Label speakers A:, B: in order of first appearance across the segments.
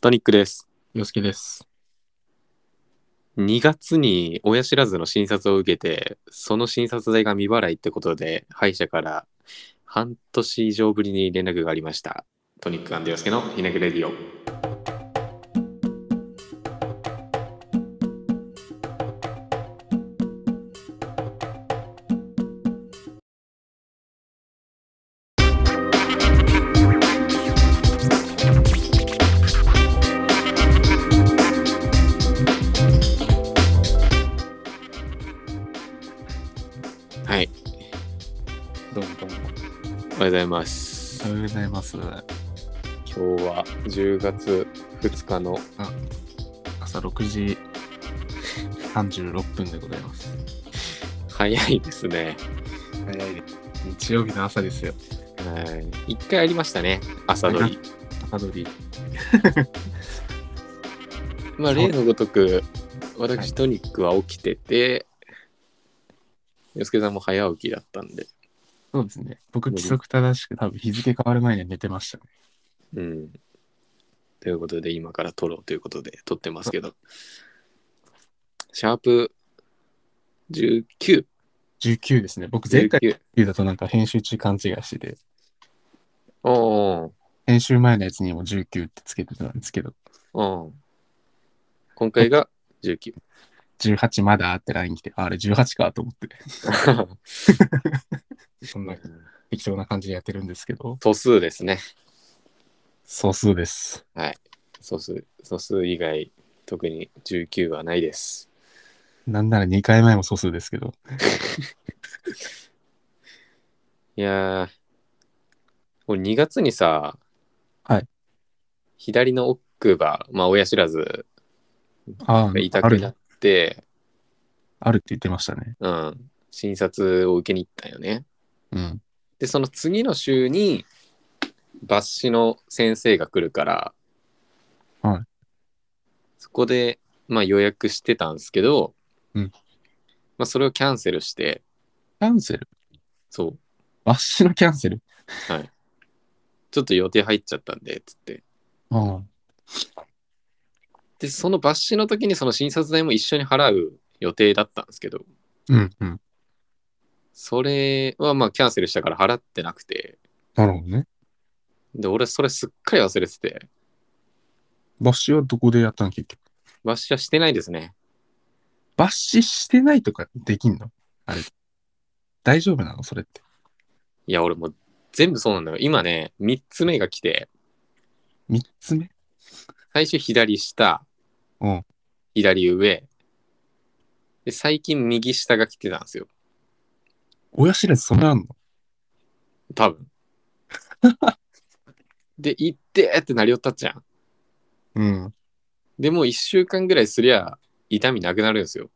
A: トニックです。
B: 洋介です。
A: 2月に親知らずの診察を受けて、その診察代が未払いってことで、歯医者から半年以上ぶりに連絡がありました。トニック洋介のひねくれディオ。はい、
B: どうもどうも。
A: おはようございます。
B: おはようございます。
A: 今日は10月2日の
B: 朝6時36分でございます。
A: 早いですね。
B: 早いです。日曜日の朝ですよ。
A: はい。一回ありましたね、朝取り。
B: 高取。
A: まあ、
B: そう
A: 例のごとく、
B: はい
A: 私、トニックは起きてて、洋介さんも早起きだったんで、
B: そうですね。僕、規則正しく、多分日付変わる前には寝てましたね。
A: うん。ということで、今から撮ろうということで、撮ってますけど、シャープ19、
B: 19ですね。僕、前回
A: 19。
B: 19だとなんか編集中勘違いしてて、
A: おー
B: 編集前のやつにも19ってつけてたんですけど、
A: おー今回が19。
B: 18まだってライン来て、ああれ18かと思って、そんな適当な感じでやってるんですけど、
A: 素数ですね。
B: 総数です。
A: 素数、素数以外、特に19はないです。
B: なんなら2回前も総数ですけど、
A: いやー、俺2月にさ、
B: はい
A: 左の奥が、まあ親知らず
B: あ
A: が
B: あ、
A: 痛
B: あ
A: くなっ
B: る、
A: て、
B: あるって言ってましたね。
A: うん、診察を受けに行ったよね。
B: うん。
A: で、その次の週に、抜歯の先生が来るから、
B: はい
A: そこで、まあ予約してたんですけど、
B: うん
A: まあそれをキャンセルして、
B: キャンセル
A: そう、
B: わしのキャンセル
A: ちょっと予定入っちゃったんで、つって。
B: うん。
A: で、その抜歯の時にその診察代も一緒に払う予定だったんですけど、
B: うんうん。
A: それはまあキャンセルしたから払ってなくて、
B: なるほどね。
A: で、俺それすっかり忘れてて、
B: バッシュはどこでやったの結局。
A: 抜歯はしてないですね。
B: バッシュしてないとかできんのあれ。大丈夫なのそれって。
A: いや、俺もう全部そうなんだよ。今ね、3つ目が来て、
B: 三つ目
A: 最初左下、
B: うん
A: 左上、で、最近右下が来てたんですよ。
B: 親知らずそんなあんの
A: 多 分。で、行ってーってなりよったっちゃん。
B: うん。
A: でも1週間ぐらいすりゃ痛みなくなるんですよ。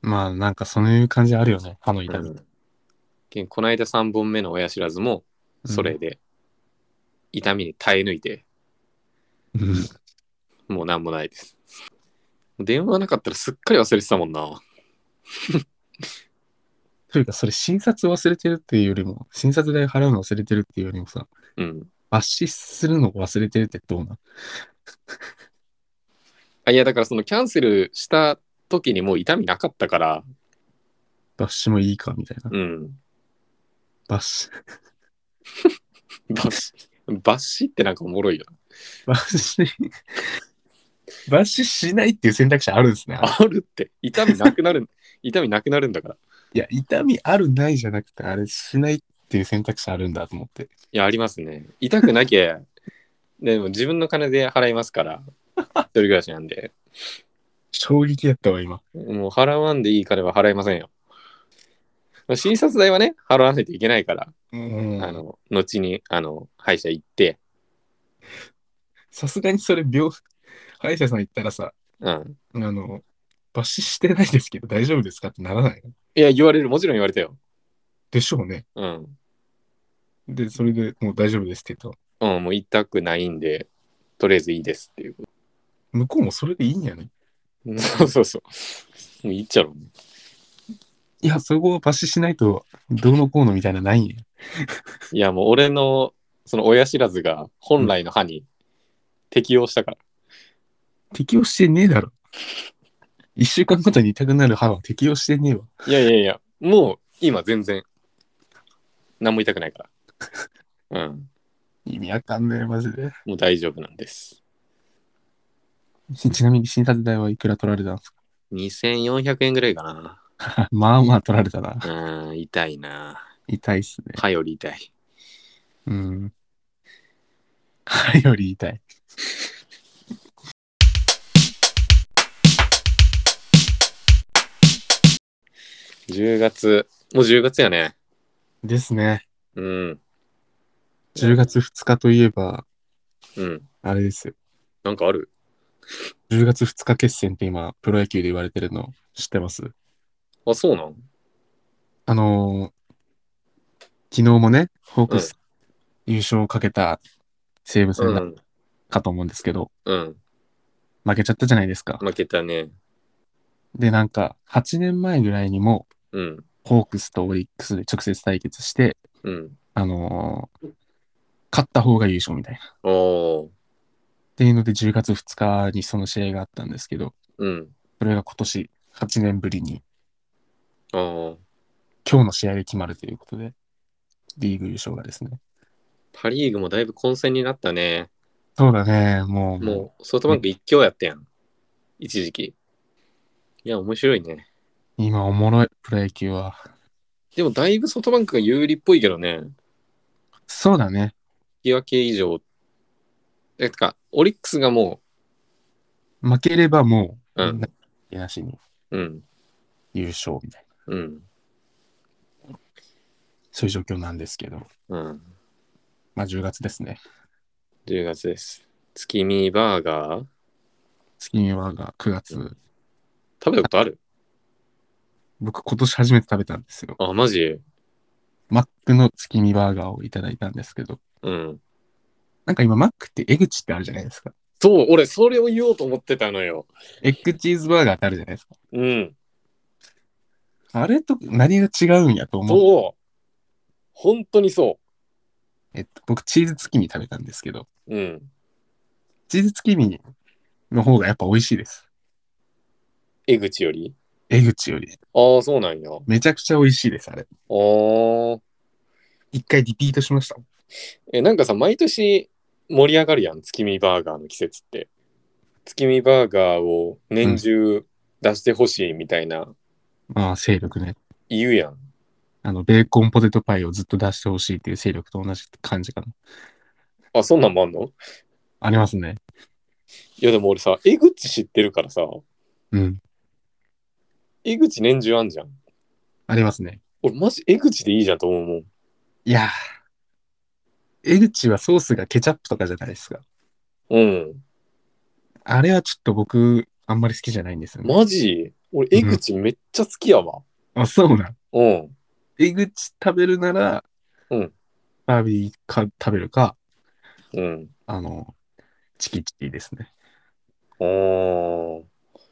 B: まあなんかそういう感じあるよね。歯の痛み。
A: けんこの間3本目の親知らずもそれで痛みに耐え抜いて、
B: うん。
A: もう何もないです電話なかったらすっかり忘れてたもんな
B: というかそれ診察忘れてるっていうよりも、診察代払うの忘れてるっていうよりもさ、
A: うん
B: 抜歯するの忘れてるってどうなん
A: あいやだからそのキャンセルした時にもう痛みなかったから
B: バッシュもいいかみたいな。
A: うん
B: バッシュ。
A: 抜歯抜歯ってなんかおもろいよ
B: バッシュ。バッシュしないっていう選択肢あるんですね。
A: あるって痛みなくなる痛みなくなるんだから
B: いや、痛みあるないじゃなくて、あれしないっていう選択肢あるんだと思って。
A: いやありますね痛くなきゃでも自分の金で払いますから一人暮らしなんで
B: 衝撃だったわ、今。
A: もう払わんでいい金は払いませんよ。まあ診察代はね、払わないといけないから、
B: うん
A: あの、後に、あの、歯医者行って、
B: さすがにそれ、病、歯医者さん行ったらさ、
A: うん。
B: あの、抜歯してないですけど大丈夫ですかってならないの
A: いや、言われる、もちろん言われたよ。
B: でしょうね。
A: うん。
B: で、それでもう大丈夫ですって言うと、
A: うん、もう痛くないんで、とりあえずいいですっていう。
B: 向こうもそれでいいんやね。
A: そうそうそう。もういいっちゃろうね。
B: いや、そこを抜歯しないと、どうのこうのみたいなないんや。
A: いや、もう俺の、その親知らずが本来の歯に適応したから。
B: 適用してねえだろ。一週間ごとに痛くなる歯は適用してねえわ。
A: いやいやいや、もう今全然、何も痛くないから。 うん、
B: 意味わかんねえ、マジで。
A: もう大丈夫なんです。
B: ちちなみに診察代はいくら取られたんです
A: 2400円ぐらいか
B: かまあまあ取られたな。
A: な。うん、痛いな。
B: 痛いっすね。
A: 歯より痛い。
B: うん。歯より痛い。
A: 10月、もう10月やね。
B: ですね。
A: うん、
B: 10月2日といえば、
A: うん。
B: あれですよ。
A: なんかある
B: 10月2日決戦って今、プロ野球で言われてるの知ってます
A: あ、そうなん
B: あのー昨日もね、ホークス優勝をかけた西武
A: う
B: 戦だっ
A: ん、
B: たかと思うんですけど、
A: うん。
B: 負けちゃったじゃないですか。
A: 負けたね。
B: で、なんか、8年前ぐらいにも、
A: うん、
B: ホークスとオリックスで直接対決して、
A: うん。
B: あのー勝った方が優勝みたいな。っ
A: おお
B: ていうので、10月2日にその試合があったんですけど、
A: うん。
B: それが今年8年ぶりに、
A: あー
B: 今日の試合で決まるということで、リーグ優勝がですね。
A: パ・リーグもだいぶ混戦になったね。
B: そうだね、もう、
A: もうソフトバンク一強やったやん。一時期。いや、面白いね。
B: 今おもろい、プロ野球は。
A: でもだいぶソフトバンクが有利っぽいけどね。
B: そうだね。
A: 引き分け以上。え、てか、オリックスがも
B: 負ければもう、
A: うん
B: ななしに
A: う、うん、
B: 優勝みたいな、
A: うん、
B: そういう状況なんですけど、
A: うん。
B: まあ10月ですね。
A: 10月です。月見バーガー
B: 月見はが9月、
A: 食べたことある
B: 僕今年初めて食べたんですよ。
A: あ、マジ
B: マックの月見バーガーをいただいたんですけど、
A: うん。
B: なんか今マックってエグチってあるじゃないですか。
A: そう、俺、それを言おうと思ってたのよ。
B: エッグチーズバーガーってあるじゃないですか。
A: うん。
B: あれと何が違うんやと思う。
A: そう。本当にそ
B: えっと、僕チーズ月見食べたんですけど、
A: う。うん。
B: チーズ月見の方がやっぱ美味しいです。
A: 江口より
B: エグチより。
A: ああ、そうなんや。あ
B: めちゃくちゃ美味しいです、あれ。
A: あ。
B: 一回リピートしました。
A: え、なんかさ、毎年盛り上がるやん、月見バーガーの季節って。月見バーガーを年中出してほしいみたいな、
B: まあ、勢力ね。
A: 言うやん。
B: あの、ベーコンポテトパイをずっと出してほしいっていう勢力と同じ感じかな。
A: あ、そんなんもあんの
B: ありますね。
A: いや、でも俺さ、江口知ってるからさ、
B: うん。
A: 江口年中あんじゃん。
B: ありますね。
A: 俺、マジ江口でいいじゃんと思うもん。
B: いやー。江口はソースがケチャップとかじゃないですか。
A: うん。
B: あれはちょっと僕、あんまり好きじゃないんですよね。
A: マジ俺、江口めっちゃ好きやわ。
B: あ、そうなん。
A: うん。
B: 江口食べるなら、
A: うん。
B: バービーか食べるか、
A: うん。
B: あの、チキチキですね。
A: あー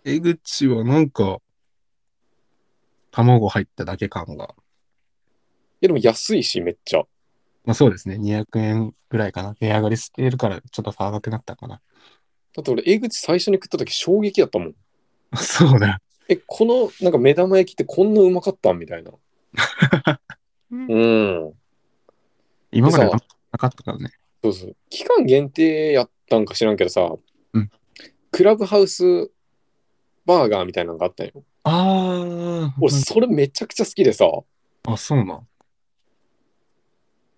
B: 江口はなんか、卵入っただけ感が。
A: いや、でも安いし、めっちゃ。
B: まあそうですね。200円ぐらいかな。値上がりしてるから、ちょっと高くなったかな。
A: だって俺、江口最初に食った時衝撃やったもん。
B: あそうだ。
A: え、この、なんか目玉焼きってこんなうまかったみたいな。うん。
B: 今まで
A: でさ
B: なかったからね。
A: そうそう。期間限定やったんか知らんけどさ、
B: うん
A: クラブハウスバーガーみたいなのがあったんよ。
B: あ
A: 俺、それめちゃくちゃ好きでさ、
B: あ。あ、そうなん。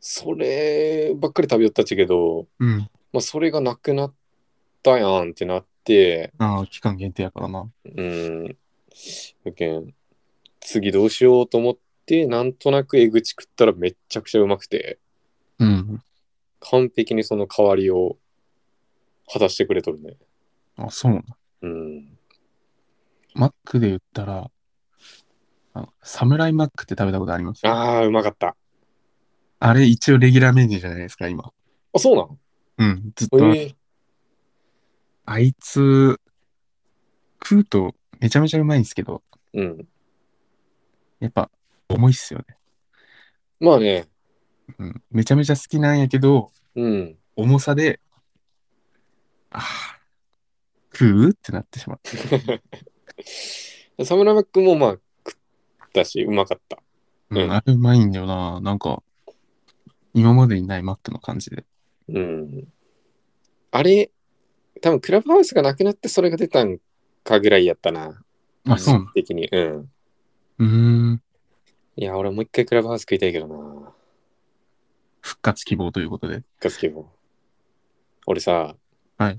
A: そればっかり食べよったっちゃけど、
B: うん。
A: まあ、それがなくなったやんってなって、
B: ああ、期間限定やからな。
A: うん。やけん、次どうしようと思って、なんとなく江口食ったらめっちゃくちゃうまくて、
B: うん。
A: 完璧にその代わりを果たしてくれとるね。
B: あ、そうなん。
A: うん。
B: マックで言ったら、あのサムライマックって食べたことありますあ
A: ああ、うまかった。
B: れ一応レギュラーメニューじゃないですか、今。
A: あ、そうなん
B: うん。ずっと、
A: ええ
B: あいつ、食うとめちゃめちゃうまいんですけど、
A: うん。
B: やっぱ重いっすよね。
A: まあね。
B: うん。めちゃめちゃ好きなんやけど、
A: うん。
B: 重さで、ああ、食うってなってしまって。
A: サムライマックもまあ食ったし、うまかった。
B: う
A: うん
B: ん、あれうまいんだよな。なんか、今までにないマックの感じで。
A: うん。あれ、多分クラブハウスがなくなってそれが出たんかぐらいやったな。
B: あ、そうな
A: 時期的に。うん。
B: のうーん。
A: いや、俺もう一回クラブハウス食いたいけどな。
B: 復活希望ということで。
A: ガスケボン。俺さ、
B: はい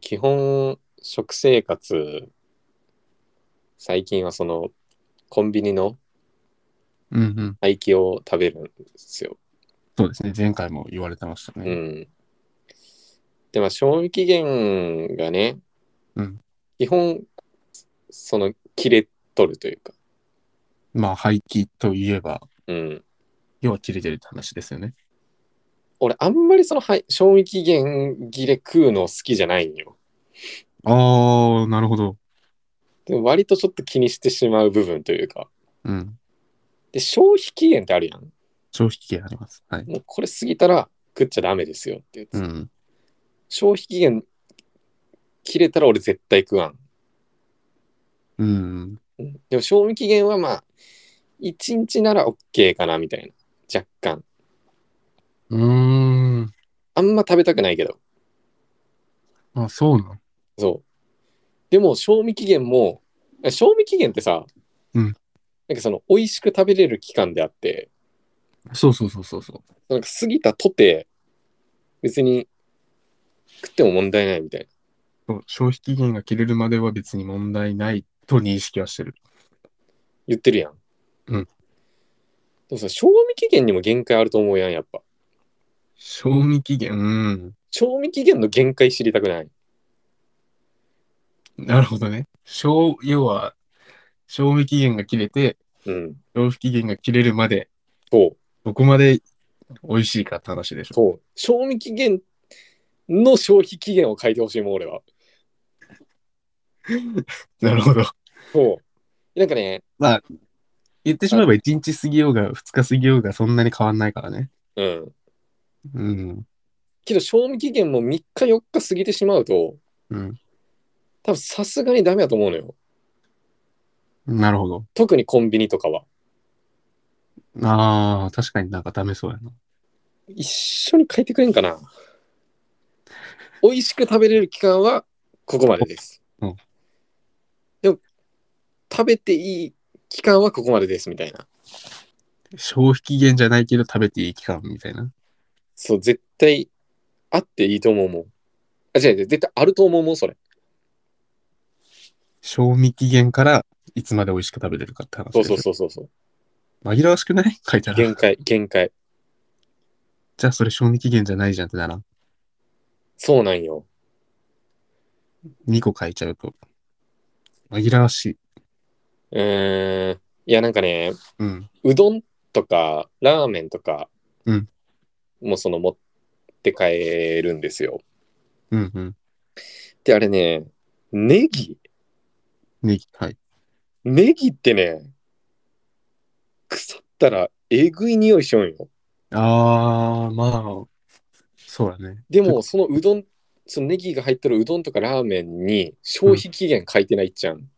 A: 基本、食生活、最近はその、コンビニの
B: うんうん。
A: 廃棄を食べるんですよ。
B: そうですね。前回も言われてました
A: う
B: ね。
A: ん。で、まあ、賞味期限がね、
B: うん
A: 基本、その、切れとるというか、
B: まあ、廃棄といえば、
A: うん。
B: 要は切れてるって話ですよね。
A: 俺、あんまりその、はい、賞味期限切れ食うの好きじゃないんよ。
B: ああ、なるほど。
A: でも割とちょっと気にしてしまう部分というか。
B: うん。
A: で、消費期限ってあるやん。
B: 消費期限あります。はい。
A: もうこれ過ぎたら食っちゃダメですよってやつ。
B: うん。
A: 消費期限切れたら俺絶対食わん。
B: うん。
A: うんでも賞味期限はまあ、1日なら OK かなみたいな。若干。
B: うーん。
A: あんま食べたくないけど。
B: あ、そうなん。
A: そう。でも賞味期限も、え賞味期限ってさ、
B: うん
A: なんかその美味しく食べれる期間であって、
B: そうそうそうそうそう。
A: なんか過ぎたとて、別に食っても問題ないみたいな。
B: そう消費期限が切れるまでは別に問題ないと認識はしてる。
A: 言ってるやん。
B: うん
A: でもさ、賞味期限にも限界あると思うやん、やっぱ。
B: 賞味期限、うん。
A: 賞味期限の限界知りたくない。
B: なるほどね。賞、要は、賞味期限が切れて、
A: うん。
B: 消費期限が切れるまで、
A: そう。
B: どこまで美味しいかって話でしょ。
A: そう。賞味期限の消費期限を変えてほしいもん、俺は。
B: なるほど。
A: そう。なんかね、
B: 言ってしまえば1日過ぎようが2日過ぎようがそんなに変わんないからね。
A: うん。
B: うん。
A: けど、賞味期限も3日4日過ぎてしまうと、
B: うん。
A: 多分さすがにダメだと思うのよ。
B: なるほど。
A: 特にコンビニとかは。
B: ああ、確かになんかダメそうやな。
A: 一緒に変えてくれんかな。美味しく食べれる期間はここまでです。
B: うん
A: でも、食べていい期間はここまでですみたいな。
B: 消費期限じゃないけど食べていい期間みたいな。
A: そう、絶対あっていいと思うもん。あ、違う違う、絶対あると思うもん、それ。
B: 賞味期限からいつまで美味しく食べれるかって
A: そ
B: 話で
A: う
B: し
A: そ
B: ょ
A: うそうそうそう。
B: 紛らわしくない書いてあ
A: 限
B: る。
A: 界、限界。
B: じゃあそれ賞味期限じゃないじゃんってならん。
A: そうなんよ。
B: 2個書いちゃうと。紛らわしい。
A: うーん。いや、なんかね、
B: うん。
A: うどんとかラーメンとか
B: うん
A: もその持って帰るんですよ。
B: うんうん。
A: で、あれね、ネギ
B: ねはい。
A: ネギってね、腐ったらえぐい匂いしょんよ。
B: ああ、まあ、そうだね。
A: で も、そのうどん、そのネギが入ってるうどんとかラーメンに消費期限書いてないっちゃん。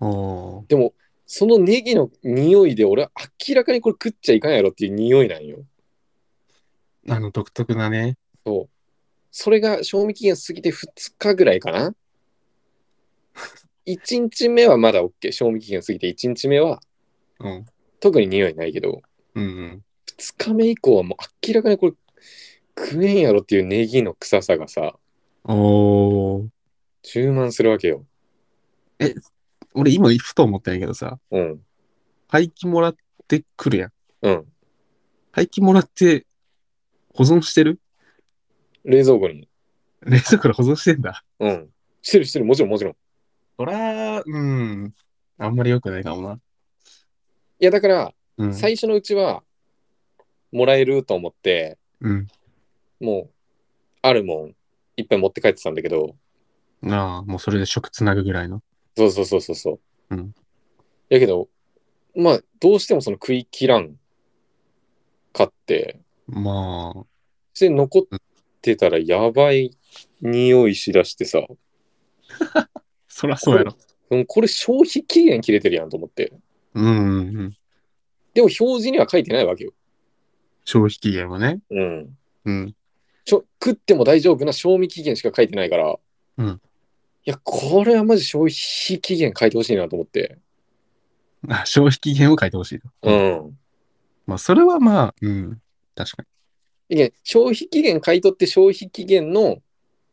B: おー
A: でも、そのネギの匂いで俺は明らかにこれ食っちゃいかんやろっていう匂いなんよ。
B: あの、独特なね。
A: そう。それが賞味期限過ぎて2日ぐらいかな ?1 日目はまだ OK。賞味期限過ぎて1日目は
B: うん。
A: 特に匂いないけど、
B: うんうん。
A: 2日目以降はもう明らかにこれ食えんやろっていうネギの臭さがさ、
B: おー
A: 充満するわけよ。
B: 俺今、ふと思ったんやけどさ、
A: うん。
B: 廃棄もらってくるやん。
A: うん。
B: 廃棄もらって、保存してる
A: 冷蔵庫に。
B: 冷蔵庫で保存してんだ。
A: うん。してるしてる。もちろんもちろん。い
B: そら、うん。あんまり良くないかもな。
A: や、だから、
B: うん。
A: 最初のうちは、もらえると思って、
B: うん。
A: もう、あるもん、いっぱい持って帰ってたんだけど、
B: ああ、もうそれで食つなぐぐらいの。
A: そうそうそうそうそう。
B: うん。
A: やけど、まあ、どうしてもその食い切らんかって、
B: まあ、
A: そして残ってたらやばい匂いしだしてさ、
B: そらそうやろ。
A: うん、これ消費期限切れてるやんと思って。
B: うんうんうん。
A: でも表示には書いてないわけよ。
B: 消費期限はね。
A: うん。
B: うん。
A: ちょ食っても大丈夫な賞味期限しか書いてないから。
B: うん
A: いや、これはマジ消費期限書いてほしいなと思って。
B: あ消費期限を書いてほしいと。
A: うん。
B: まあ、それはまあ、うん。確か
A: いや消費期限買い取って消費期限の
B: に。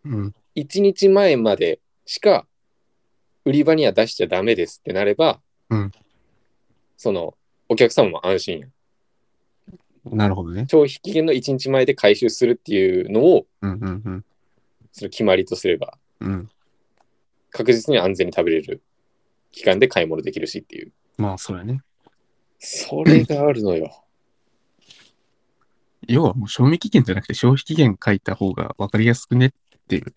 B: うん。
A: 1日前までしか売り場には出しちゃダメですってなれば、
B: うん
A: そのお客様も安心やん
B: なるほどね。
A: 消費期限の1日前で回収するっていうのを
B: うんうんうん。
A: その決まりとすれば
B: うん。
A: 確実に安全に食べれる期間で買い物できるしっていう
B: まあ、そうやね。
A: それがあるのよ
B: 要はもう賞味期限じゃなくて消費期限書いた方が分かりやすくねっていう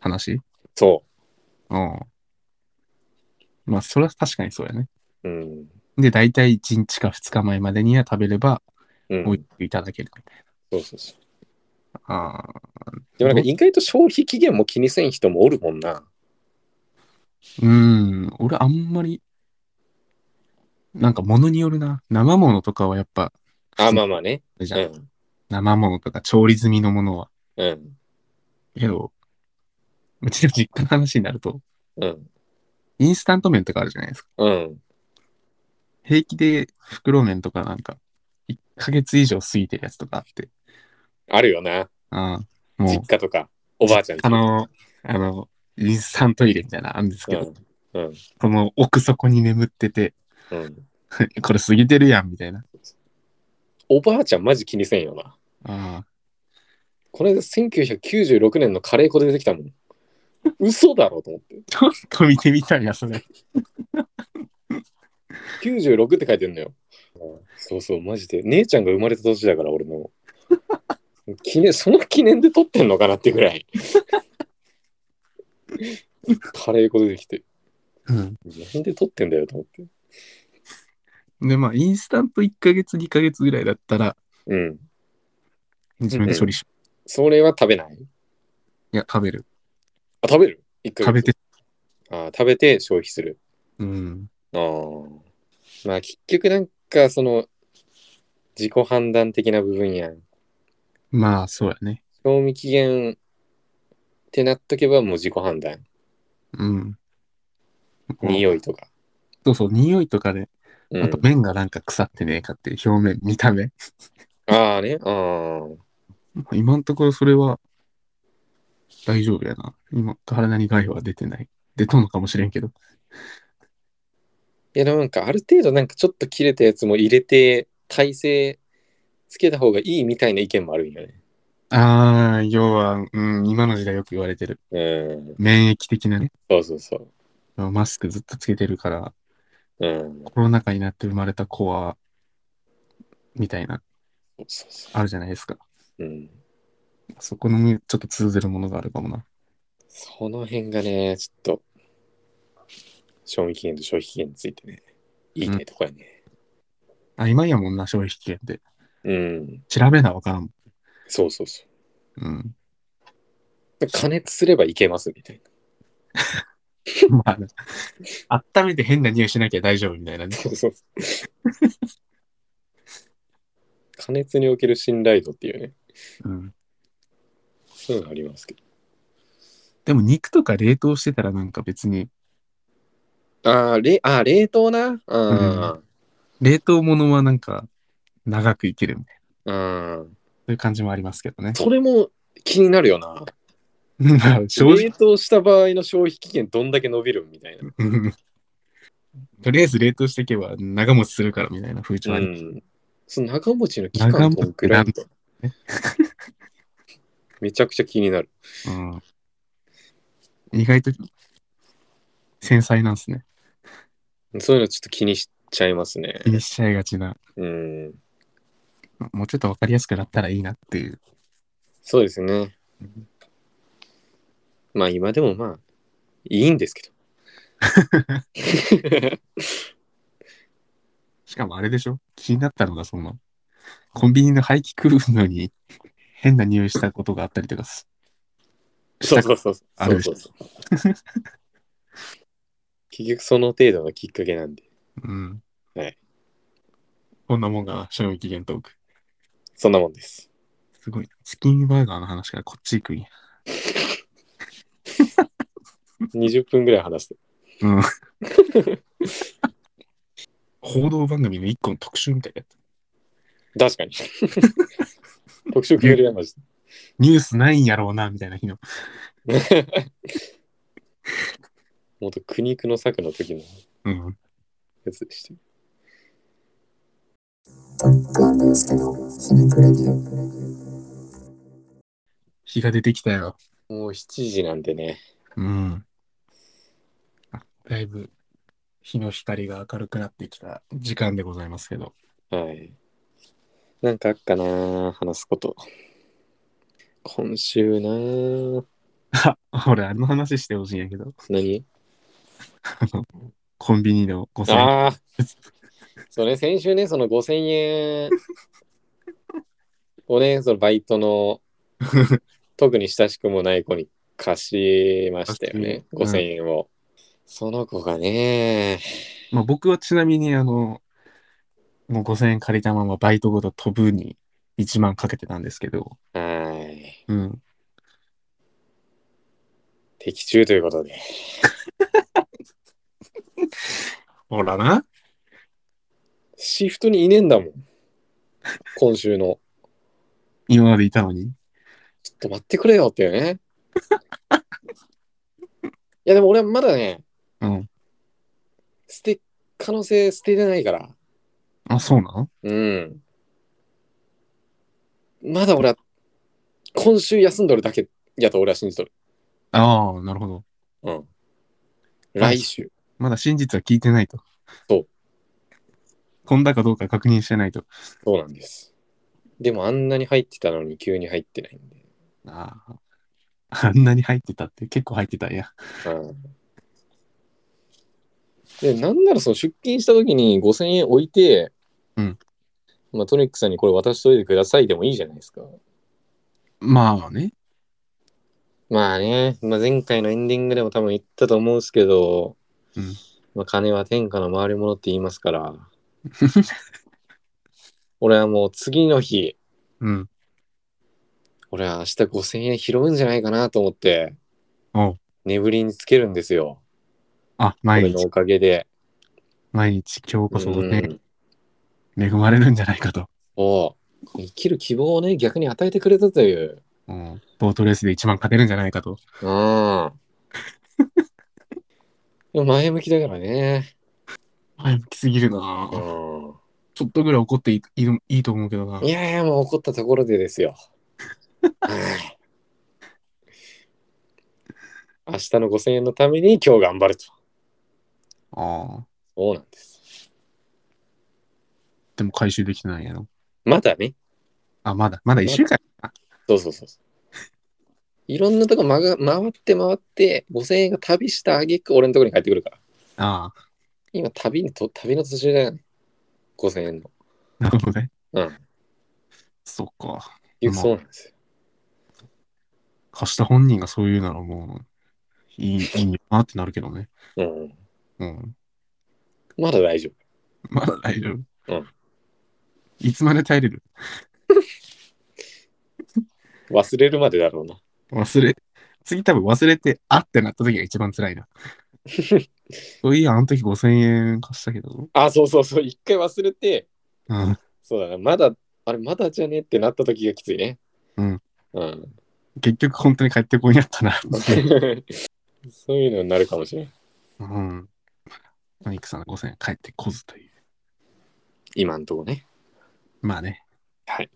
B: 話
A: そ
B: うん。まあ、それは確かにそうやね。
A: ううん、
B: で、大体1日か2日前までには食べれば、
A: う
B: 美味
A: ん、
B: しくいただけるみたい
A: そうそうそう
B: な。ああ。
A: でもなんか意外と消費期限も気にせん人もおるもんな
B: うん。俺、あんまり、なんか物によるな。生物とかはやっぱ、
A: あまあまあね
B: じゃ
A: うんん
B: 生物とか調理済みのものは。
A: うん
B: けど、うちの実家の話になると、
A: うん
B: インスタント麺とかあるじゃないですか。
A: うん
B: 平気で袋麺とかなんか、1ヶ月以上過ぎてるやつとかあって、
A: あるよな
B: ああ、もう
A: 実、家とかおばあちゃんち
B: あの、あの、インスタント入れみたいなのあるんですけど、
A: うんうん
B: その奥底に眠ってて、
A: うん
B: これ過ぎてるやん、みたいな。
A: おばあちゃんマジ気にせんよな
B: ああ、
A: この間1996年のカレー粉出てきたもん嘘だろと思って
B: ちょっと見てみたいな、それ。
A: 96って書いてんのよ。そうそう、マジで。姉ちゃんが生まれた年だから、俺も。記念、その記念で撮ってんのかなってぐらい。カレー粉出てきて、
B: うん。
A: なんで撮ってんだよと思って。
B: で、まあ、インスタント1ヶ月、2ヶ月ぐらいだったら、
A: うん。
B: 自分で処理し、
A: それは食べない
B: いや、食べる。
A: あ、食べる一回。
B: 食べて。
A: あ食べて消費する。
B: うん。
A: あーまあ、結局なんか、その、自己判断的な部分やん。
B: まあ、そうやね。
A: 賞味期限ってなっとけばもう自己判断。
B: うん。
A: 匂いとか。
B: そうそう、匂いとかで、
A: うん
B: あと麺がなんか腐ってねえかっていう表面、見た目。
A: ああね、あ
B: 今のところそれは大丈夫やな。今、体に害は出てない。出とんのかもしれんけど。
A: いやでもなんかある程度なんかちょっと切れたやつも入れて耐性つけた方がいいみたいな意見もあるんよね。
B: ああ、要は、うん、今の時代よく言われてる。
A: うん、
B: 免疫的なね。
A: そうそうそう。
B: マスクずっとつけてるから、
A: うん、
B: コロナ禍になって生まれた子は、みたいな、
A: そうそうそ
B: あるじゃないですか。
A: う。うん、
B: そこのちょっと通ずるものがあるかもな。
A: その辺がね、ちょっと賞味期限と消費期限についてね、言いたいとこやね。
B: あ、今やもんな、消費期限って。
A: うん、
B: 調べなわからんもん。
A: そうそうそ
B: うん。
A: う。加熱すればいけますみたいな。
B: まあ、温めて変な匂いしなきゃ大丈夫みたいなね。
A: そうそうそう。 加熱における信頼度っていうね、
B: うん。
A: そういうのありますけ
B: でも肉とか冷凍してたらなんか別に、
A: ど。あーれあー、冷凍な。うん
B: 冷凍物はなんか長くいけるみたいな、
A: うん。
B: そういう感じもありますけどね。
A: それも気になるよな。
B: まあ正直
A: 冷、凍した場合の消費期限どんだけ伸びるみたいな。
B: うん とりあえず冷凍していけば長持ちするからみたいな風潮あ
A: う
B: る。
A: ん。その長持ちの期
B: 長
A: 間
B: 持ち
A: どんくらいみたいな めちゃくちゃ気になる。
B: うん意外と繊細なんですね。
A: そういうのちょっと気にしちゃいますね
B: 気。にしちゃいがちな。
A: うん。
B: もうちょっとわかりやすくなったらいいなっていう。
A: そうですね。まあ今でもまあ、いいんですけ ど。
B: しかもあれでしょ気になったのがその、 コンビニの廃棄来るのに変な匂いしたことがあったりとかす
A: そうそうそう。
B: あ
A: そ
B: れ
A: うそうそう。結局その程度のきっかけなんで。
B: うん。
A: はい。
B: こんなもんが賞味期限トーク。
A: そんなもんです。
B: すごいな。チキンバーガーの話からこっち行くんや。
A: 20分ぐらい話して。
B: うん。報道番組の一個の特集みたいなやつ。
A: 確かに。特集級よりはマジ
B: ニュースないんやろうな、みたいな日の。
A: で。 もっと苦肉の策の時の
B: うん。
A: やつでした。
C: タックンですけど、ひねくれディ
B: 日が出てきたよ。
A: もう7時なんでね。
B: うん。あだいぶ日の光が明るくなってきた時間でございますけど。
A: はい。なんかあっかな話すこと。今週な
B: あ、俺、あの話してほしいんやけど。
A: 何
B: あのコンビニの5000円。
A: ああ それ先週ね、その5000円をね、そのバイトの特に親しくもない子に貸しましたよね、
B: 貸し
A: 5000円を。その子がね、
B: まあ、僕はちなみに、あの、もう5000円借りたままバイトごと飛ぶに1万かけてたんですけど。
A: はい、
B: うん。
A: 的中ということで。
B: ほらな。
A: シフトにいねえんだもん。今週の。
B: 今までいたのに。
A: ちょっと待ってくれよっていうね。 いやでも俺はまだね、
B: うん。
A: 捨て、可能性捨ててないから。
B: あ、そうなの
A: うん。まだ俺は、今週休んどるだけやと俺は信じとる。
B: ああ、なるほど。
A: うん。来週。
B: まだ真実は聞いてないと。
A: そう。
B: 飛んだかどうか確認してないと。
A: そうなんです。でもあんなに入ってたのに急に入ってないんで。
B: ああ。あんなに入ってたって結構入ってたんや。
A: うん。で、なんならその出勤した時に5000円置いて、
B: うん。
A: まあトニックさんにこれ渡しといてくださいでもいいじゃないですか。
B: まあね。
A: まあね、まあ、前回のエンディングでも多分言ったと思うんですけど、
B: うん
A: まあ、金は天下の回り物って言います から、俺はもう次の日、
B: うん。
A: 俺は明日5000円拾うんじゃないかなと思って
B: おう、
A: 眠りにつけるんですよ。
B: あ、
A: これ
B: 毎
A: の
B: 日
A: お、かげで。
B: 毎日今日こそ
A: う
B: ね、
A: ん
B: 恵まれるんじゃないかと。
A: お生きる希望をね、逆に与えてくれたという。
B: うん。ボートレースで1万勝てるんじゃないかと。
A: うん。でも前向きだからね。
B: 前向きすぎるな
A: う
B: ぁ
A: ん。。
B: ちょっとぐらい怒っていいいいいと思うけどない
A: やいや、もう怒ったところでですよ。はい明日の5000円のために今日頑張ると。
B: ああ。
A: そうなんです。
B: でも回収できてないんやろ。
A: まだね。
B: あ、まだ、まだ1週間。
A: そうそうそうそう。いろんなとこ回回って回って、5000円が旅した挙句俺のところに帰ってくるから。
B: ああ。
A: 今旅にと、旅の途中だよね。5000円の。
B: なるほどね。
A: うん。
B: そっか。
A: いう
B: まあ
A: そうなんですよ。
B: 貸した本人がそういうならもう、いい、いいよなってなるけどね。
A: うん。
B: うん。
A: まだ大丈夫。
B: まだ大丈夫。
A: うん。
B: いつまで耐えれる
A: 忘れるまでだろうな。
B: 忘れ、次多分忘れて、あってなった時が一番辛いな。そういや、あの時5000円貸したけど。
A: あ、そうそうそう。一回忘れて、
B: うん。
A: そうだな。まだ、あれ、まだじゃねってなった時がきついね。
B: うん。
A: うん。
B: 結局本当に帰ってこいやったな。
A: そういうのになるかもしれん。
B: うん。トニックさんの5000円帰ってこずという。
A: 今んとこね。
B: まあね。
A: はい。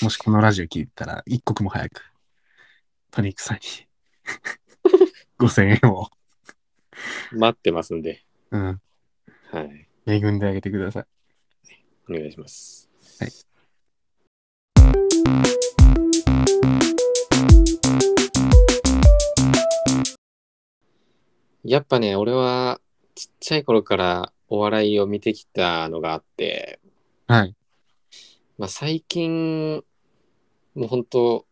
B: もしこのラジオ聞いたら、一刻も早く、トニッ クさんに5000円を、
A: 待ってますんで。
B: うん、
A: はい。
B: 恵んであげてください。
A: お願いします。
B: はい
A: やっぱね、俺はちっちゃい頃からお笑いを見てきたのがあって、
B: はい。
A: まあ、最近、もう本当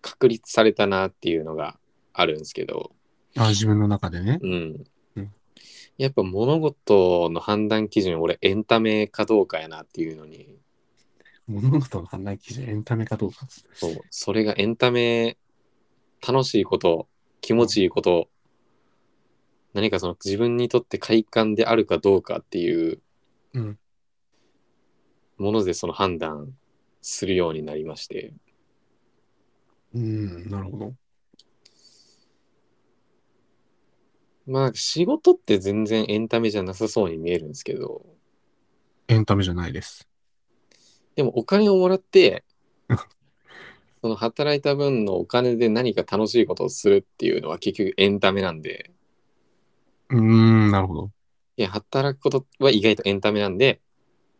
A: 確立されたなっていうのがあるんですけど、
B: あ、自分の中でね。
A: うん
B: うん。
A: やっぱ物事の判断基準、俺エンタメかどうかやなっていうのに、
B: 物事の判断基準、エンタメかどうか。
A: そうそれがエンタメ、楽しいこと、気持ちいいこと、何かその自分にとって快感であるかどうかっていう
B: うん。
A: ものでその判断するようになりまして、
B: うん、なるほど。
A: まあ仕事って全然エンタメじゃなさそうに見えるんですけど、
B: エンタメじゃないです。
A: でもお金をもら って
B: うん、
A: その働いた分のお金で何か楽しいことをするっていうのは結局エンタメなんで、
B: うーん、なるほど。
A: いや、働くことは意外とエンタメなんで、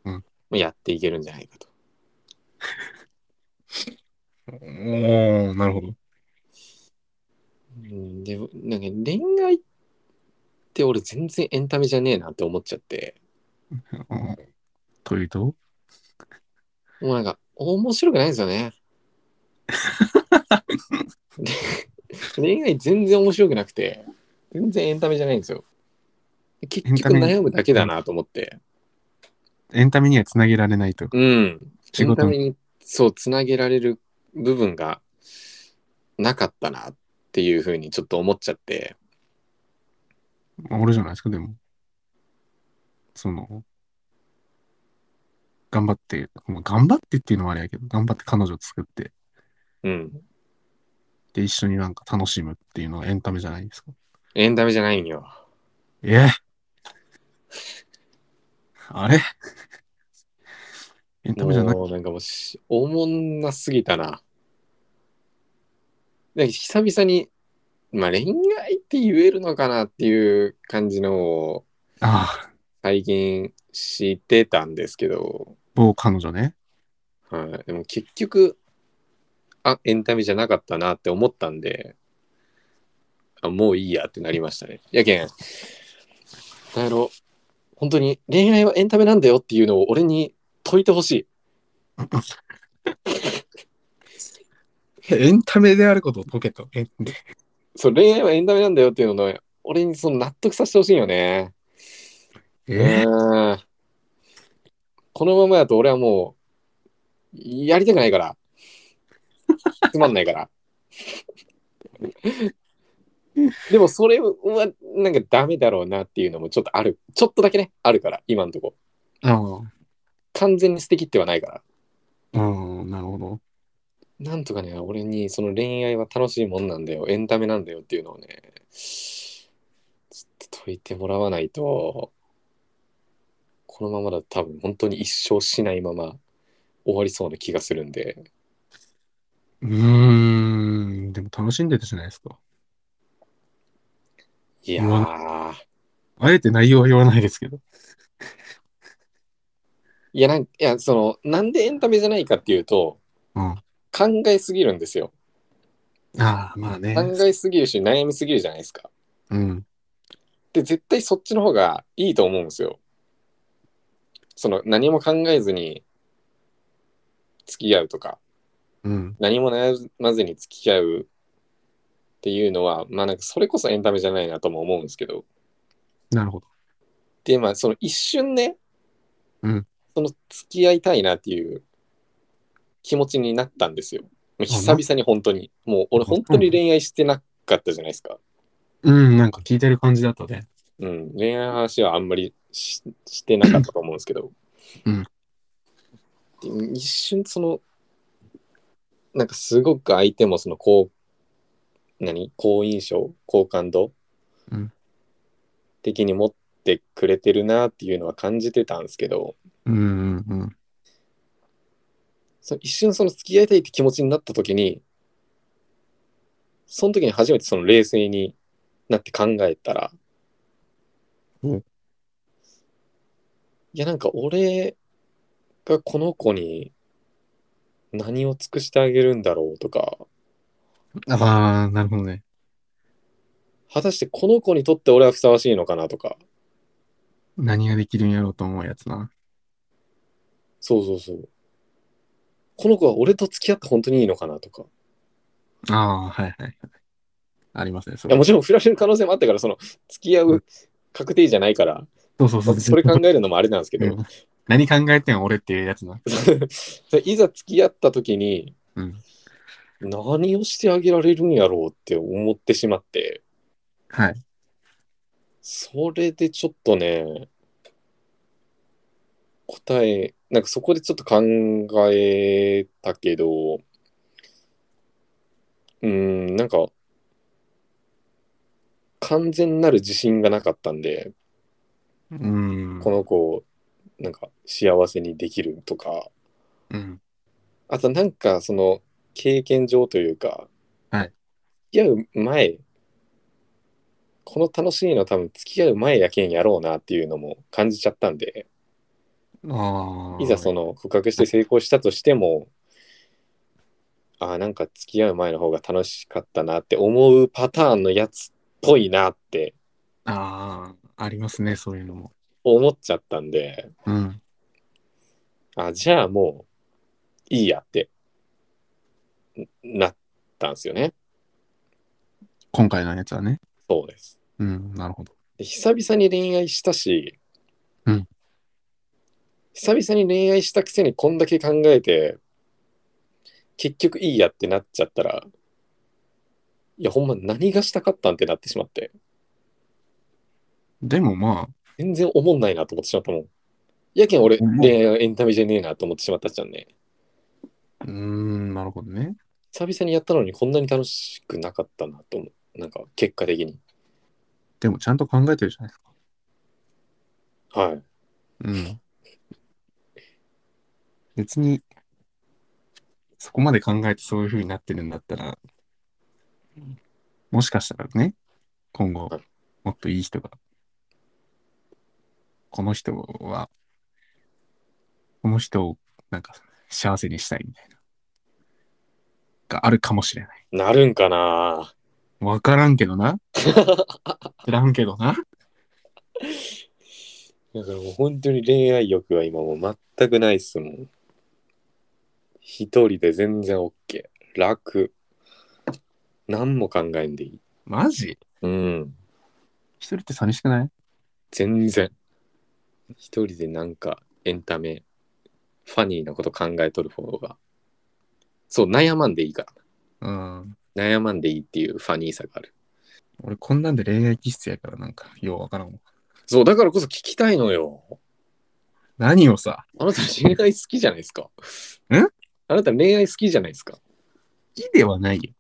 B: うん
A: まあやっていけるんじゃないかと。
B: おー、なるほど。
A: うんで、なんか恋愛って俺全然エンタメじゃねえなって思っちゃって、
B: うんというと
A: もうなんか面白くないんですよね。 で恋愛全然面白くなくて、全然エンタメじゃないんですよ。で結局
B: エンタメ
A: 悩むだけだなと思って。
B: エンタメにはつなげられないと。
A: うん。
B: 仕
A: エン
B: 事
A: タメにそうつなげられる部分がなかったなっていうふうにちょっと思っちゃって。
B: まあ俺じゃないですか、でも。その、頑張って、まあ、頑張ってっていうのはあれやけど、頑張って彼女を作って、
A: うん。
B: で、一緒になんか楽しむっていうのはエンタメじゃないですか。
A: エンタメじゃないんよ。
B: ええあれエンタメじゃない
A: もうなんかもうし、おもんなすぎたな。なんか久々に、まあ恋愛って言えるのかなっていう感じのを
B: ああ、
A: 最近してたんですけど、
B: 某彼女ね。
A: はい。でも結局、あ、エンタメじゃなかったなって思ったんで、あもういいやってなりましたね。やけん、なんやろ、本当に恋愛はエンタメなんだよっていうのを俺に解いてほしい。
B: エンタメであることを解けと。え、
A: そう、恋愛はエンタメなんだよっていうのを、俺にその納得させてほしいよね。
B: え
A: うんこのままだと俺はもう、やりたくないから。つまんないから。 でもそれは、なんかダメだろうなっていうのもちょっとある。ちょっとだけね、あるから、今のとこ。
B: ああ、
A: 完全に捨てきってはないから。
B: うん、なるほど。
A: なんとかね、俺にその恋愛は楽しいもんなんだよ、エンタメなんだよっていうのをね、ちょっと解いてもらわないと、このままだと多分本当に一生しないまま終わりそうな気がするんで、
B: うーん、でも楽しんでたじゃないですか。
A: いや
B: う
A: ー、
B: あえて内容は言わないですけど。
A: いや、なんいやその、なんでエンタメじゃないかっていうと、
B: うん。
A: 考えすぎるんですよ。
B: ああ、まあね
A: 考えすぎるし、悩みすぎるじゃないですか。
B: うん。
A: で、絶対そっちの方がいいと思うんですよ。その、何も考えずに付き合うとか。
B: うん。
A: 何も悩まずに付き合うっていうのは、まあなんかそれこそエンタメじゃないなとも思うんですけど。
B: なるほど。
A: で、まあその一瞬ね、
B: うん
A: その付き合いたいなっていう気持ちになったんですよ。久々に本当に。もう俺本当に恋愛してなかったじゃないですか。
B: うん、なんか聞いてる感じだったね。
A: うん。恋愛の話はあんまりししてなかったと思うんですけど。
B: うん
A: で一瞬その、なんかすごく相手もその好、何好印象好感度、
B: うん
A: 的に持ってくれてるなっていうのは感じてたんですけど、
B: うん、うん、うん。
A: その一瞬その付き合いたいって気持ちになった時に、その時に初めてその冷静になって考えたら、
B: うん
A: いやなんか俺がこの子に何を尽くしてあげるんだろうとか、
B: ああ、なるほどね。
A: 果たしてこの子にとって俺はふさわしいのかなとか、
B: 何ができるんやろうと思うやつな。
A: そうそうそう。この子は俺と付き合って本当にいいのかなとか。
B: ああ、はいはいはい。ありますね、そ
A: いや
B: れ。
A: もちろん振られる可能性もあったから、その、付き合
B: う
A: う確定じゃないから、
B: そうそうそう。
A: それ考えるのもあれなんですけ
B: う
A: ど
B: ん、何考えてん俺っていうやつな。
A: そ れいざ付き合った時に、
B: うん
A: 何をしてあげられるんやろうって思ってしまって、
B: はい。
A: それでちょっとね、答え、なんかそこでちょっと考えたけど、うーん、なんか、完全なる自信がなかったんで、
B: うん。
A: この子を、なんか幸せにできるとか、
B: うん。
A: あとなんかその経験上というか、
B: はい
A: 付き合う前、この楽しいの多分付き合う前やけんやろうなっていうのも感じちゃったんで、
B: ああ。
A: いざその告白して成功したとしても、ああ、なんか付き合う前の方が楽しかったなって思うパターンのやつっぽいなって
B: ああ、ありますね、そういうのも。
A: 思っちゃったんで、
B: うん。
A: あじゃあもういいやってなったんですよね。
B: 今回のやつはね。
A: そうです。
B: うん、なるほど。
A: で久々に恋愛したし、
B: うん
A: 久々に恋愛したくせにこんだけ考えて結局いいやってなっちゃったらいやほんま何がしたかったんってなってしまって
B: でもま
A: 全然思んないなと思ってしまったもんやけん俺
B: うん
A: 恋愛はエンタメじゃねえなと思ってしまったじゃんね
B: あ、うーん、なるほどね。
A: 久々にやったのにこんなに楽しくなかったなと思うなんか結果的に
B: でもちゃんと考えてるじゃないですか。
A: はい
B: うん。別に、そこまで考えてそういう風になってるんだったら、もしかしたらね、今後
A: はい、
B: もっといい人が、この人は、この人を、なんか、幸せにしたいみたいな、があるかもしれない。
A: なるんかな
B: わからんけ どな。知らんけどな。
A: だからもう本当に恋愛欲は今もう全くないっすもん。一人で全然 OK。楽。何も考えんでいい。
B: マジ
A: うん。
B: 一人って寂しくない
A: 全然。一人でなんかエンタメ、ファニーなこと考えとる方が。そう、悩まんでいいか
B: うん。
A: ら。悩まんでいいっていうファニーさがある。
B: 俺、こんなんで恋愛気質やから、なんか、ようわからんわ。
A: そう、だからこそ聞きたいのよ。
B: 何をさ、
A: あなた恋愛好きじゃないですか。
B: ん
A: あなた恋愛好きじゃないですか。
B: いいではないよ。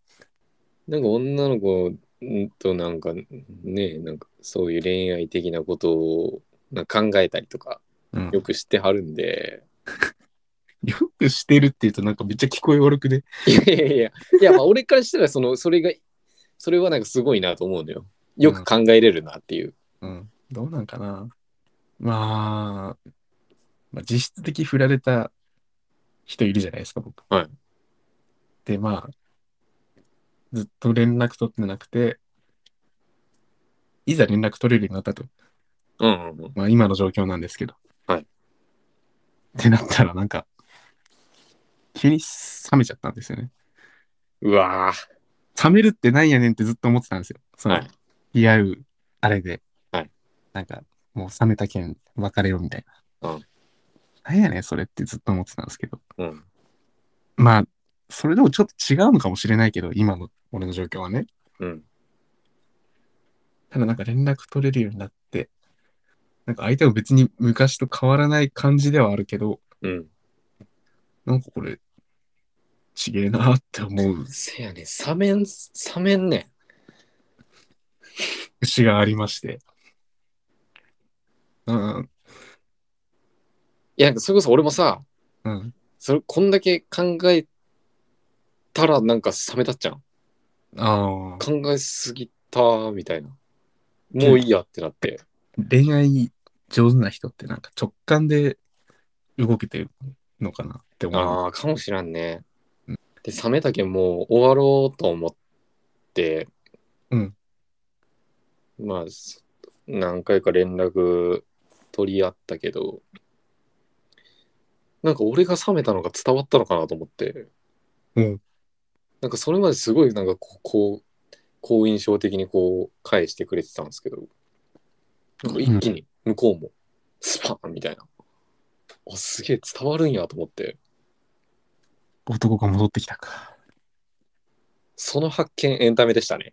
A: なんか女の子んとなんかねなんかそういう恋愛的なことをなんか考えたりとか
B: うん、
A: よくしてはるんで、
B: よくしてるって言うと、なんかめっちゃ聞こえ悪くで。
A: いやいやいやいやまあ俺からしたらそのそれがそれはなんかすごいなと思うのよよく考えれるなっていう、
B: うん。どうなんかな。まあ、まあ、実質的振られた人いるじゃないですか、僕。
A: はい。
B: で、まあ、ずっと連絡取ってなくて、いざ連絡取れるようになったと。
A: うんうんうん
B: まあ、今の状況なんですけど。
A: はい
B: ってなったら、なんか、急に冷めちゃったんですよね。
A: うわー
B: 冷めるってなんやねんってずっと思ってたんですよ。その、
A: はい
B: 付き合う、あれで。
A: はい
B: なんか、もう冷めたけん、別れようみたい
A: う
B: な。
A: ん
B: なんやねん、それってずっと思ってたんですけど。
A: うん
B: まあ、それでもちょっと違うのかもしれないけど、今の俺の状況はね。
A: うん
B: ただなんか連絡取れるようになって、なんか相手も別に昔と変わらない感じではあるけど、
A: うん
B: なんかこれ、ちげえなって思う
A: せやね冷めん冷めんね
B: 節がありまして。うん、
A: いやなんかそれこそ俺もさ
B: うん。
A: それこんだけ考えたらなんか冷めたっちゃん
B: ああ。
A: 考えすぎたみたいなもういいやってなって
B: 恋愛上手な人ってなんか直感で動けてるのかなって思う。
A: ああ、かもしらんね。で、冷めたけんもう終わろうと思って、
B: うん
A: まあ、そ何回か連絡取り合ったけど、なんか俺が冷めたのが伝わったのかなと思って、
B: うん
A: なんかそれまですごいなんかこうこう好印象的にこう返してくれてたんですけどなんか一気に向こうもスパーンみたいな、あすげえ伝わるんやと思って
B: 男が戻ってきたか。
A: その発見エンタメでしたね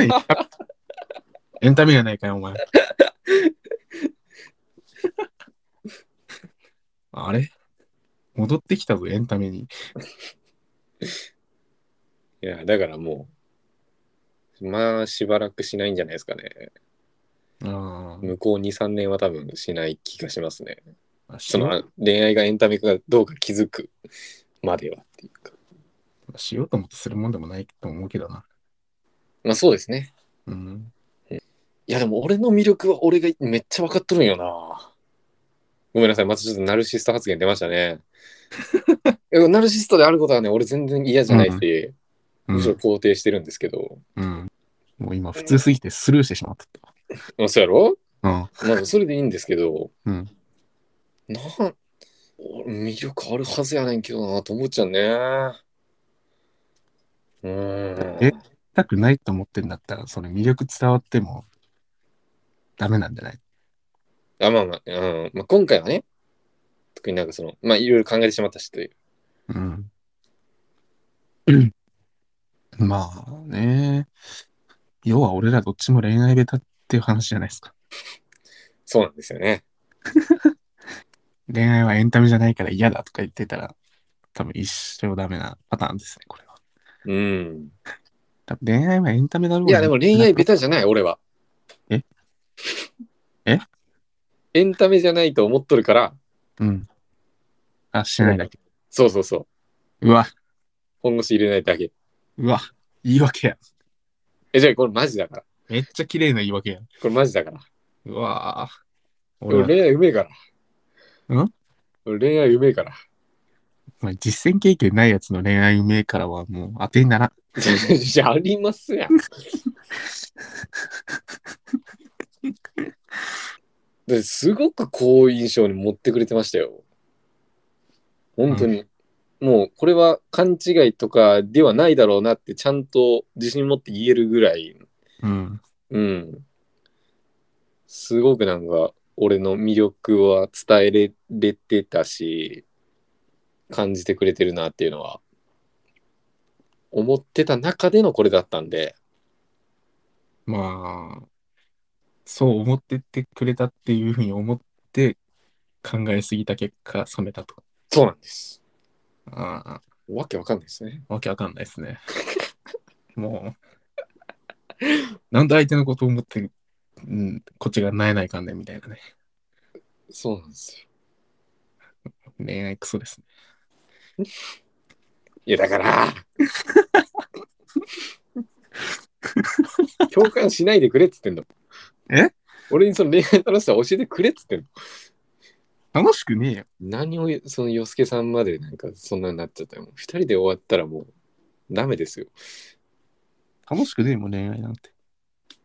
B: エンタメがないか よ、お前。あれ戻ってきたぞ、エンタメに。
A: いやだからもうまあしばらくしないんじゃないですかね
B: あ
A: 向こう23年は多分しない気がしますね
B: あ。
A: その恋愛がエンタメかどうか気づくまではっていうか
B: しようと思ってするもんでもないと思うけどな。
A: まあそうですね
B: うん。
A: いやでも俺の魅力は俺がめっちゃ分かっとるんよな。ごめんなさい、またちょっとナルシスト発言出ました ね。いやナルシストであることはね、俺全然嫌じゃないし、
B: う
A: むしろ
B: ん。
A: 肯定してるんですけど。
B: うん、もう今、普通すぎてスルーしてしまった。
A: まあそうやろ
B: うん。
A: まあそれでいいんですけど、
B: うん。
A: なん、俺魅力あるはずやねんけどなと思っちゃうね。うーん。
B: えしたくないと思ってんだったら、それ魅力伝わってもダメなんじゃない
A: あまあまあ、うんまあ、今回はね、特になんかその、まあいろいろ考えてしまったしという。
B: うん。 まあね。要は俺らどっちも恋愛下手っていう話じゃないですか。
A: そうなんですよね。
B: 恋愛はエンタメじゃないから嫌だとか言ってたら、多分一生ダメなパターンですね、これは。
A: うん。
B: 多分恋愛はエンタメだろう
A: いや、でも恋愛ベ
B: タ。
A: タじゃない、俺は。
B: ええ
A: エンタメじゃないと思っとるから、
B: うん。あ、してないだけ。
A: そうそうそう。
B: うわ、
A: 本腰入れないだけ。
B: うわ、言い訳や。
A: え、じゃあこれマジだから。
B: めっちゃ綺麗な言い訳や。
A: これマジだから。
B: うわ俺
A: 俺
B: は
A: 恋愛うめえから。
B: ん
A: 俺恋愛うめえから。
B: まあ、実践経験ないやつの恋愛名からはもう当てにならん。
A: じゃあありますやん。 だってすごく好印象に持ってくれてましたよ。本当に。もうこれは勘違いとかではないだろうなってちゃんと自信持って言えるぐらい、
B: うん。
A: うん。すごくなんか俺の魅力は伝えれれてたし、感じてくれてるなっていうのは、思ってた中でのこれだったんで、
B: まあ、そう思ってってくれたっていうふうに思って考えすぎた結果、冷めたと。
A: そうなんです。
B: あ
A: わけわかんないですね。
B: あ、わけわかんないですね。 もう、 なんで相手のことを思って、うん、こっちがなえないかんねんみたいなね。
A: そうなんですよ。
B: 恋愛クソですね。
A: いや、だ から。共感しないでくれっつってんの。
B: え
A: 俺にその恋愛の楽しさ教えてくれっつってんの。
B: 楽しくねえよ。
A: 何を、その、よすけさんまでなんかそんなになっちゃったら、もう二人で終わったらもう、ダメですよ。
B: 楽しくねえもん、恋愛なんて。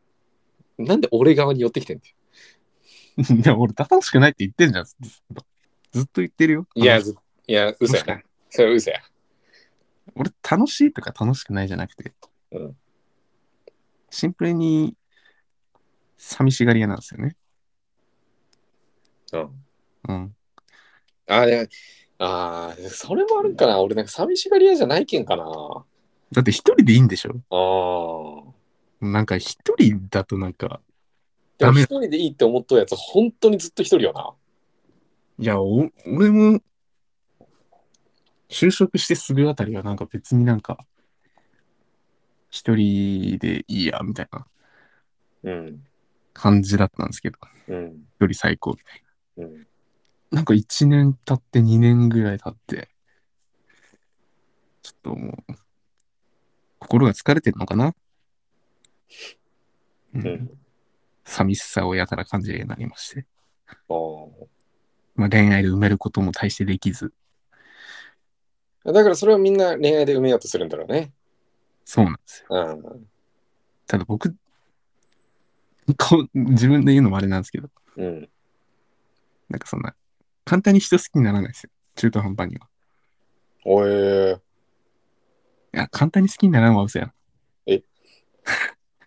A: なんで俺側に寄ってきてんの
B: いや、俺、楽しくないって言ってんじゃん。ずっとずっと言ってるよ。
A: いや、ずいや、嘘や
B: 楽しくな。
A: ないそれは嘘や。
B: 俺楽しいとか楽しくないじゃなくて、
A: うん
B: シンプルに寂しがり屋なんですよね。
A: うん。
B: うん。
A: あれ、あーそれもあるんかな。俺なんか寂しがり屋じゃないけんかな。あ
B: だって一人でいいんでしょ
A: あ。
B: なんか一人だとなんか、
A: でも
B: ダメ
A: 一人でいいって思っとるやつ、本当にずっと一人よな。
B: いや、お俺も就職してすぐあたりはなんか別になんか一人でいいやみたいな
A: うん。
B: 感じだったんですけど、
A: うん。
B: 一人最高みたい
A: うん。
B: な。なんか一年経って二年ぐらい経って、ちょっともう、心が疲れてるのかな、う
A: うんん。
B: 寂しさをやたら感じるようになりまして、
A: あー
B: まあ、恋愛で埋めることも大してできず、
A: だからそれをみんな恋愛で埋めようとするんだろうね。
B: そうなんですよ。
A: うん。
B: ただ僕、こう自分で言うのもあれなんですけど、
A: うん。
B: なんかそんな、簡単に人好きにならないですよ。中途半端には。
A: おえー。
B: 簡単に好きにならんわ、嘘やん。
A: え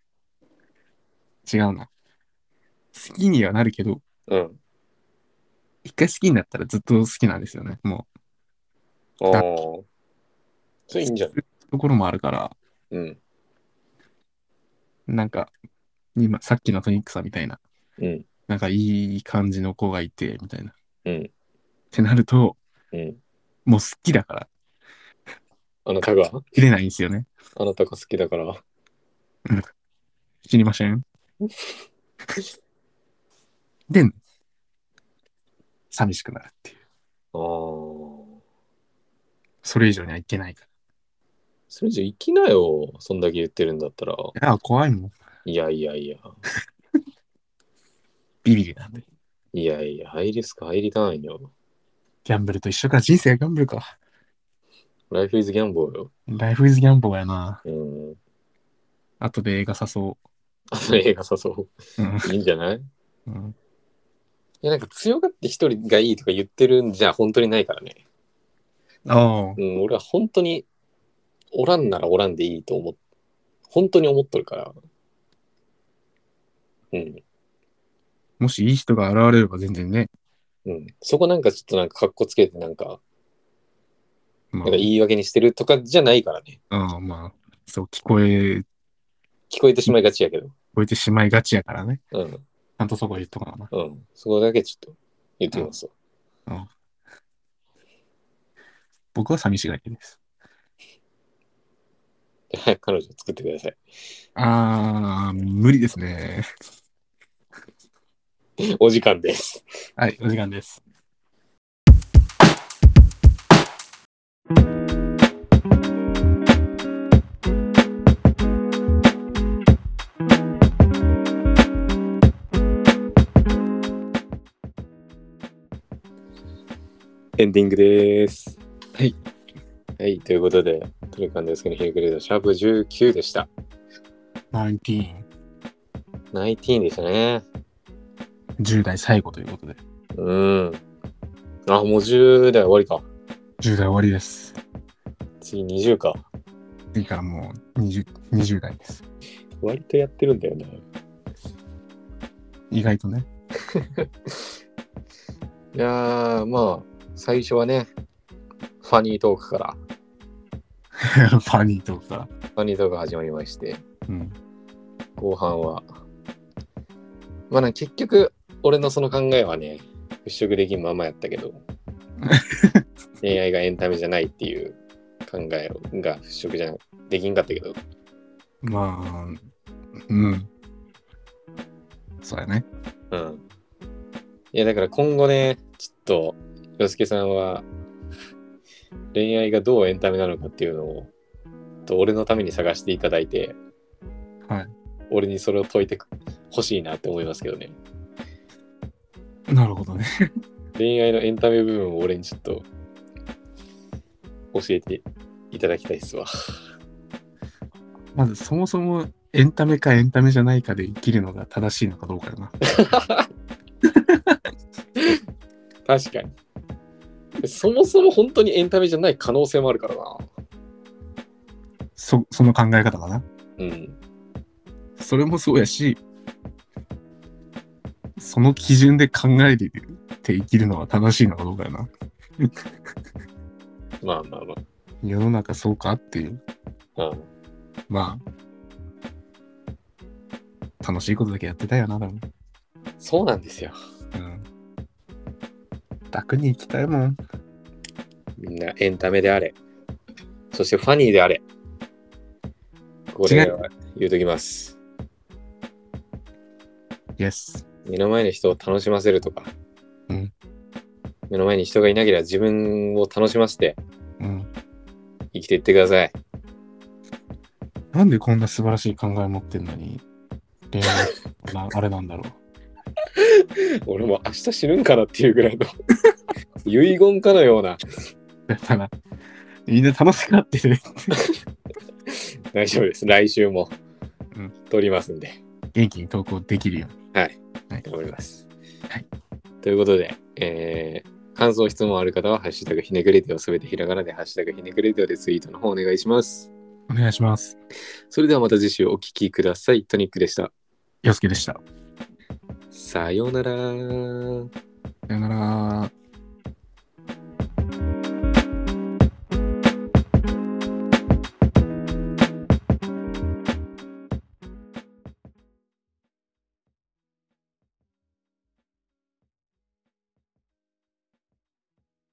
B: 違うな。好きにはなるけど、
A: うん。
B: 一回好きになったらずっと好きなんですよね。も、
A: ああ。それいいんじゃないう
B: ところもあるから、
A: うん。
B: なんか、今、さっきのトニックさんみたいな、
A: うん。
B: なんかいい感じの子がいて、みたいな。っ
A: うん。
B: てなると、
A: うん。
B: もう好きだから、
A: あなたが
B: 切れないんですよね。
A: あなたが好きだから。
B: 知り ませんで、寂しくなるっていう。
A: ああ。そ
B: それ以上にはいけないか
A: れじゃ行きなよ。そんだけ言ってるんだったら。
B: ら。いや、怖いもん。
A: いやいやいや。
B: ビビりなんで。
A: いやいや、ハイリスク入りたいよ。
B: ギャンブルと一緒か、人生はギャンブルか。
A: ライフイズギャンブルよ。
B: ライフイズギャンブルやな。
A: うん。
B: 後で映画誘お
A: あと映画誘
B: う。うん
A: う。いいんじゃない
B: うん。
A: いや、なんか強がって一人がいいとか言ってるんじゃ本当にないからね。
B: ああ、
A: うん、俺は本当に、おらんならおらんでいいと思っ、本当に思っとるから。うん、
B: もしいい人が現れれば全然ね。
A: うん。そこなんかちょっとなんか格好つけてなんか、
B: ま
A: なんか言い訳にしてるとかじゃないからね。
B: あ、ああまあ、そう、聞こえ、聞
A: 聞こえてしまいがちやけど。
B: こえてしまいがちやからね。
A: うん、
B: ちゃんとそこ言っとかな。
A: うん。そこだけちょっと言ってみますわ。
B: 僕は寂しがりです。
A: 早く彼女作ってください。
B: ああ、無理ですね。
A: お時間です。
B: はい、お時間です。
A: エンディングです。
B: はい。
A: はい、ということで、トリカンですけど、ヒルクレードシャープ19でした。
B: 19、
A: 19でしたね。
B: 10代最後ということで。
A: うん。あ、もう10代終わりか。
B: 10代終わりです。
A: 次20か。
B: 次からもう 20, 20代です。
A: 割とやってるんだよね。
B: 意外とね。
A: いやー、まあ、最初はね、ファニートークから、
B: ファニーとか。
A: ファニートークが始まりまして、
B: うん。
A: 後半は、まあね、結局、俺のその考えはね、払拭できんままやったけど、 恋愛がエンタメじゃないっていう考えが払拭じゃなできんかったけど、
B: まあ、うん。そうやね。
A: うん。いや、だから今後ね、ちょっと、洋介さんは、恋愛がどうエンタメなのかっていうのを、と俺のために探していただいて、
B: はい。
A: 俺にそれを解いてほしいなって思いますけどね。
B: なるほどね。
A: 恋愛のエンタメ部分を俺にちょっと、教えていただきたいっすわ。
B: まずそもそもエンタメかエンタメじゃないかで生きるのが正しいのかどうかよな。
A: 確かに。そもそも本当にエンタメじゃない可能性もあるからな。
B: そ、その考え方かな。
A: うん。
B: それもそうやし、その基準で考えて生きるのは正しいのかどうかよな。
A: まあまあま
B: 世の中そうかっていう。
A: あ。うん。
B: まあ、楽しいことだけやってたよな、でも。
A: そうなんですよ。
B: うん。楽に行きたいもん。
A: みんなエンタメであれ。そしてファニーであれ。これは言うときます。
B: イエス。
A: 目の前の人を楽しませるとか。
B: うん
A: 目の前に人がいなければ自分を楽しませて
B: うん。
A: 生きていってください。
B: なんでこんな素晴らしい考え持ってんのに、恋愛な、 あれなんだろ
A: 俺も明日死ぬんかなっていうぐら いの遺言かのような
B: う。だから、みんな楽しくなってる。
A: 大丈夫です。来週も
B: うん
A: 撮りますんで。
B: 元気に投稿できるよ
A: はい。
B: うに。
A: 頑張ります。
B: はい
A: ということで、えー感想、質問ある方は、ハッシュタグひねくれディオすべてひらがなで、ハッシュタグひねくれディオでツイートの方お願いします。
B: お願いします。
A: それではまた次週お聞きください。トニックでした。
B: 洋介でした。
A: さようなら。
B: さよなら。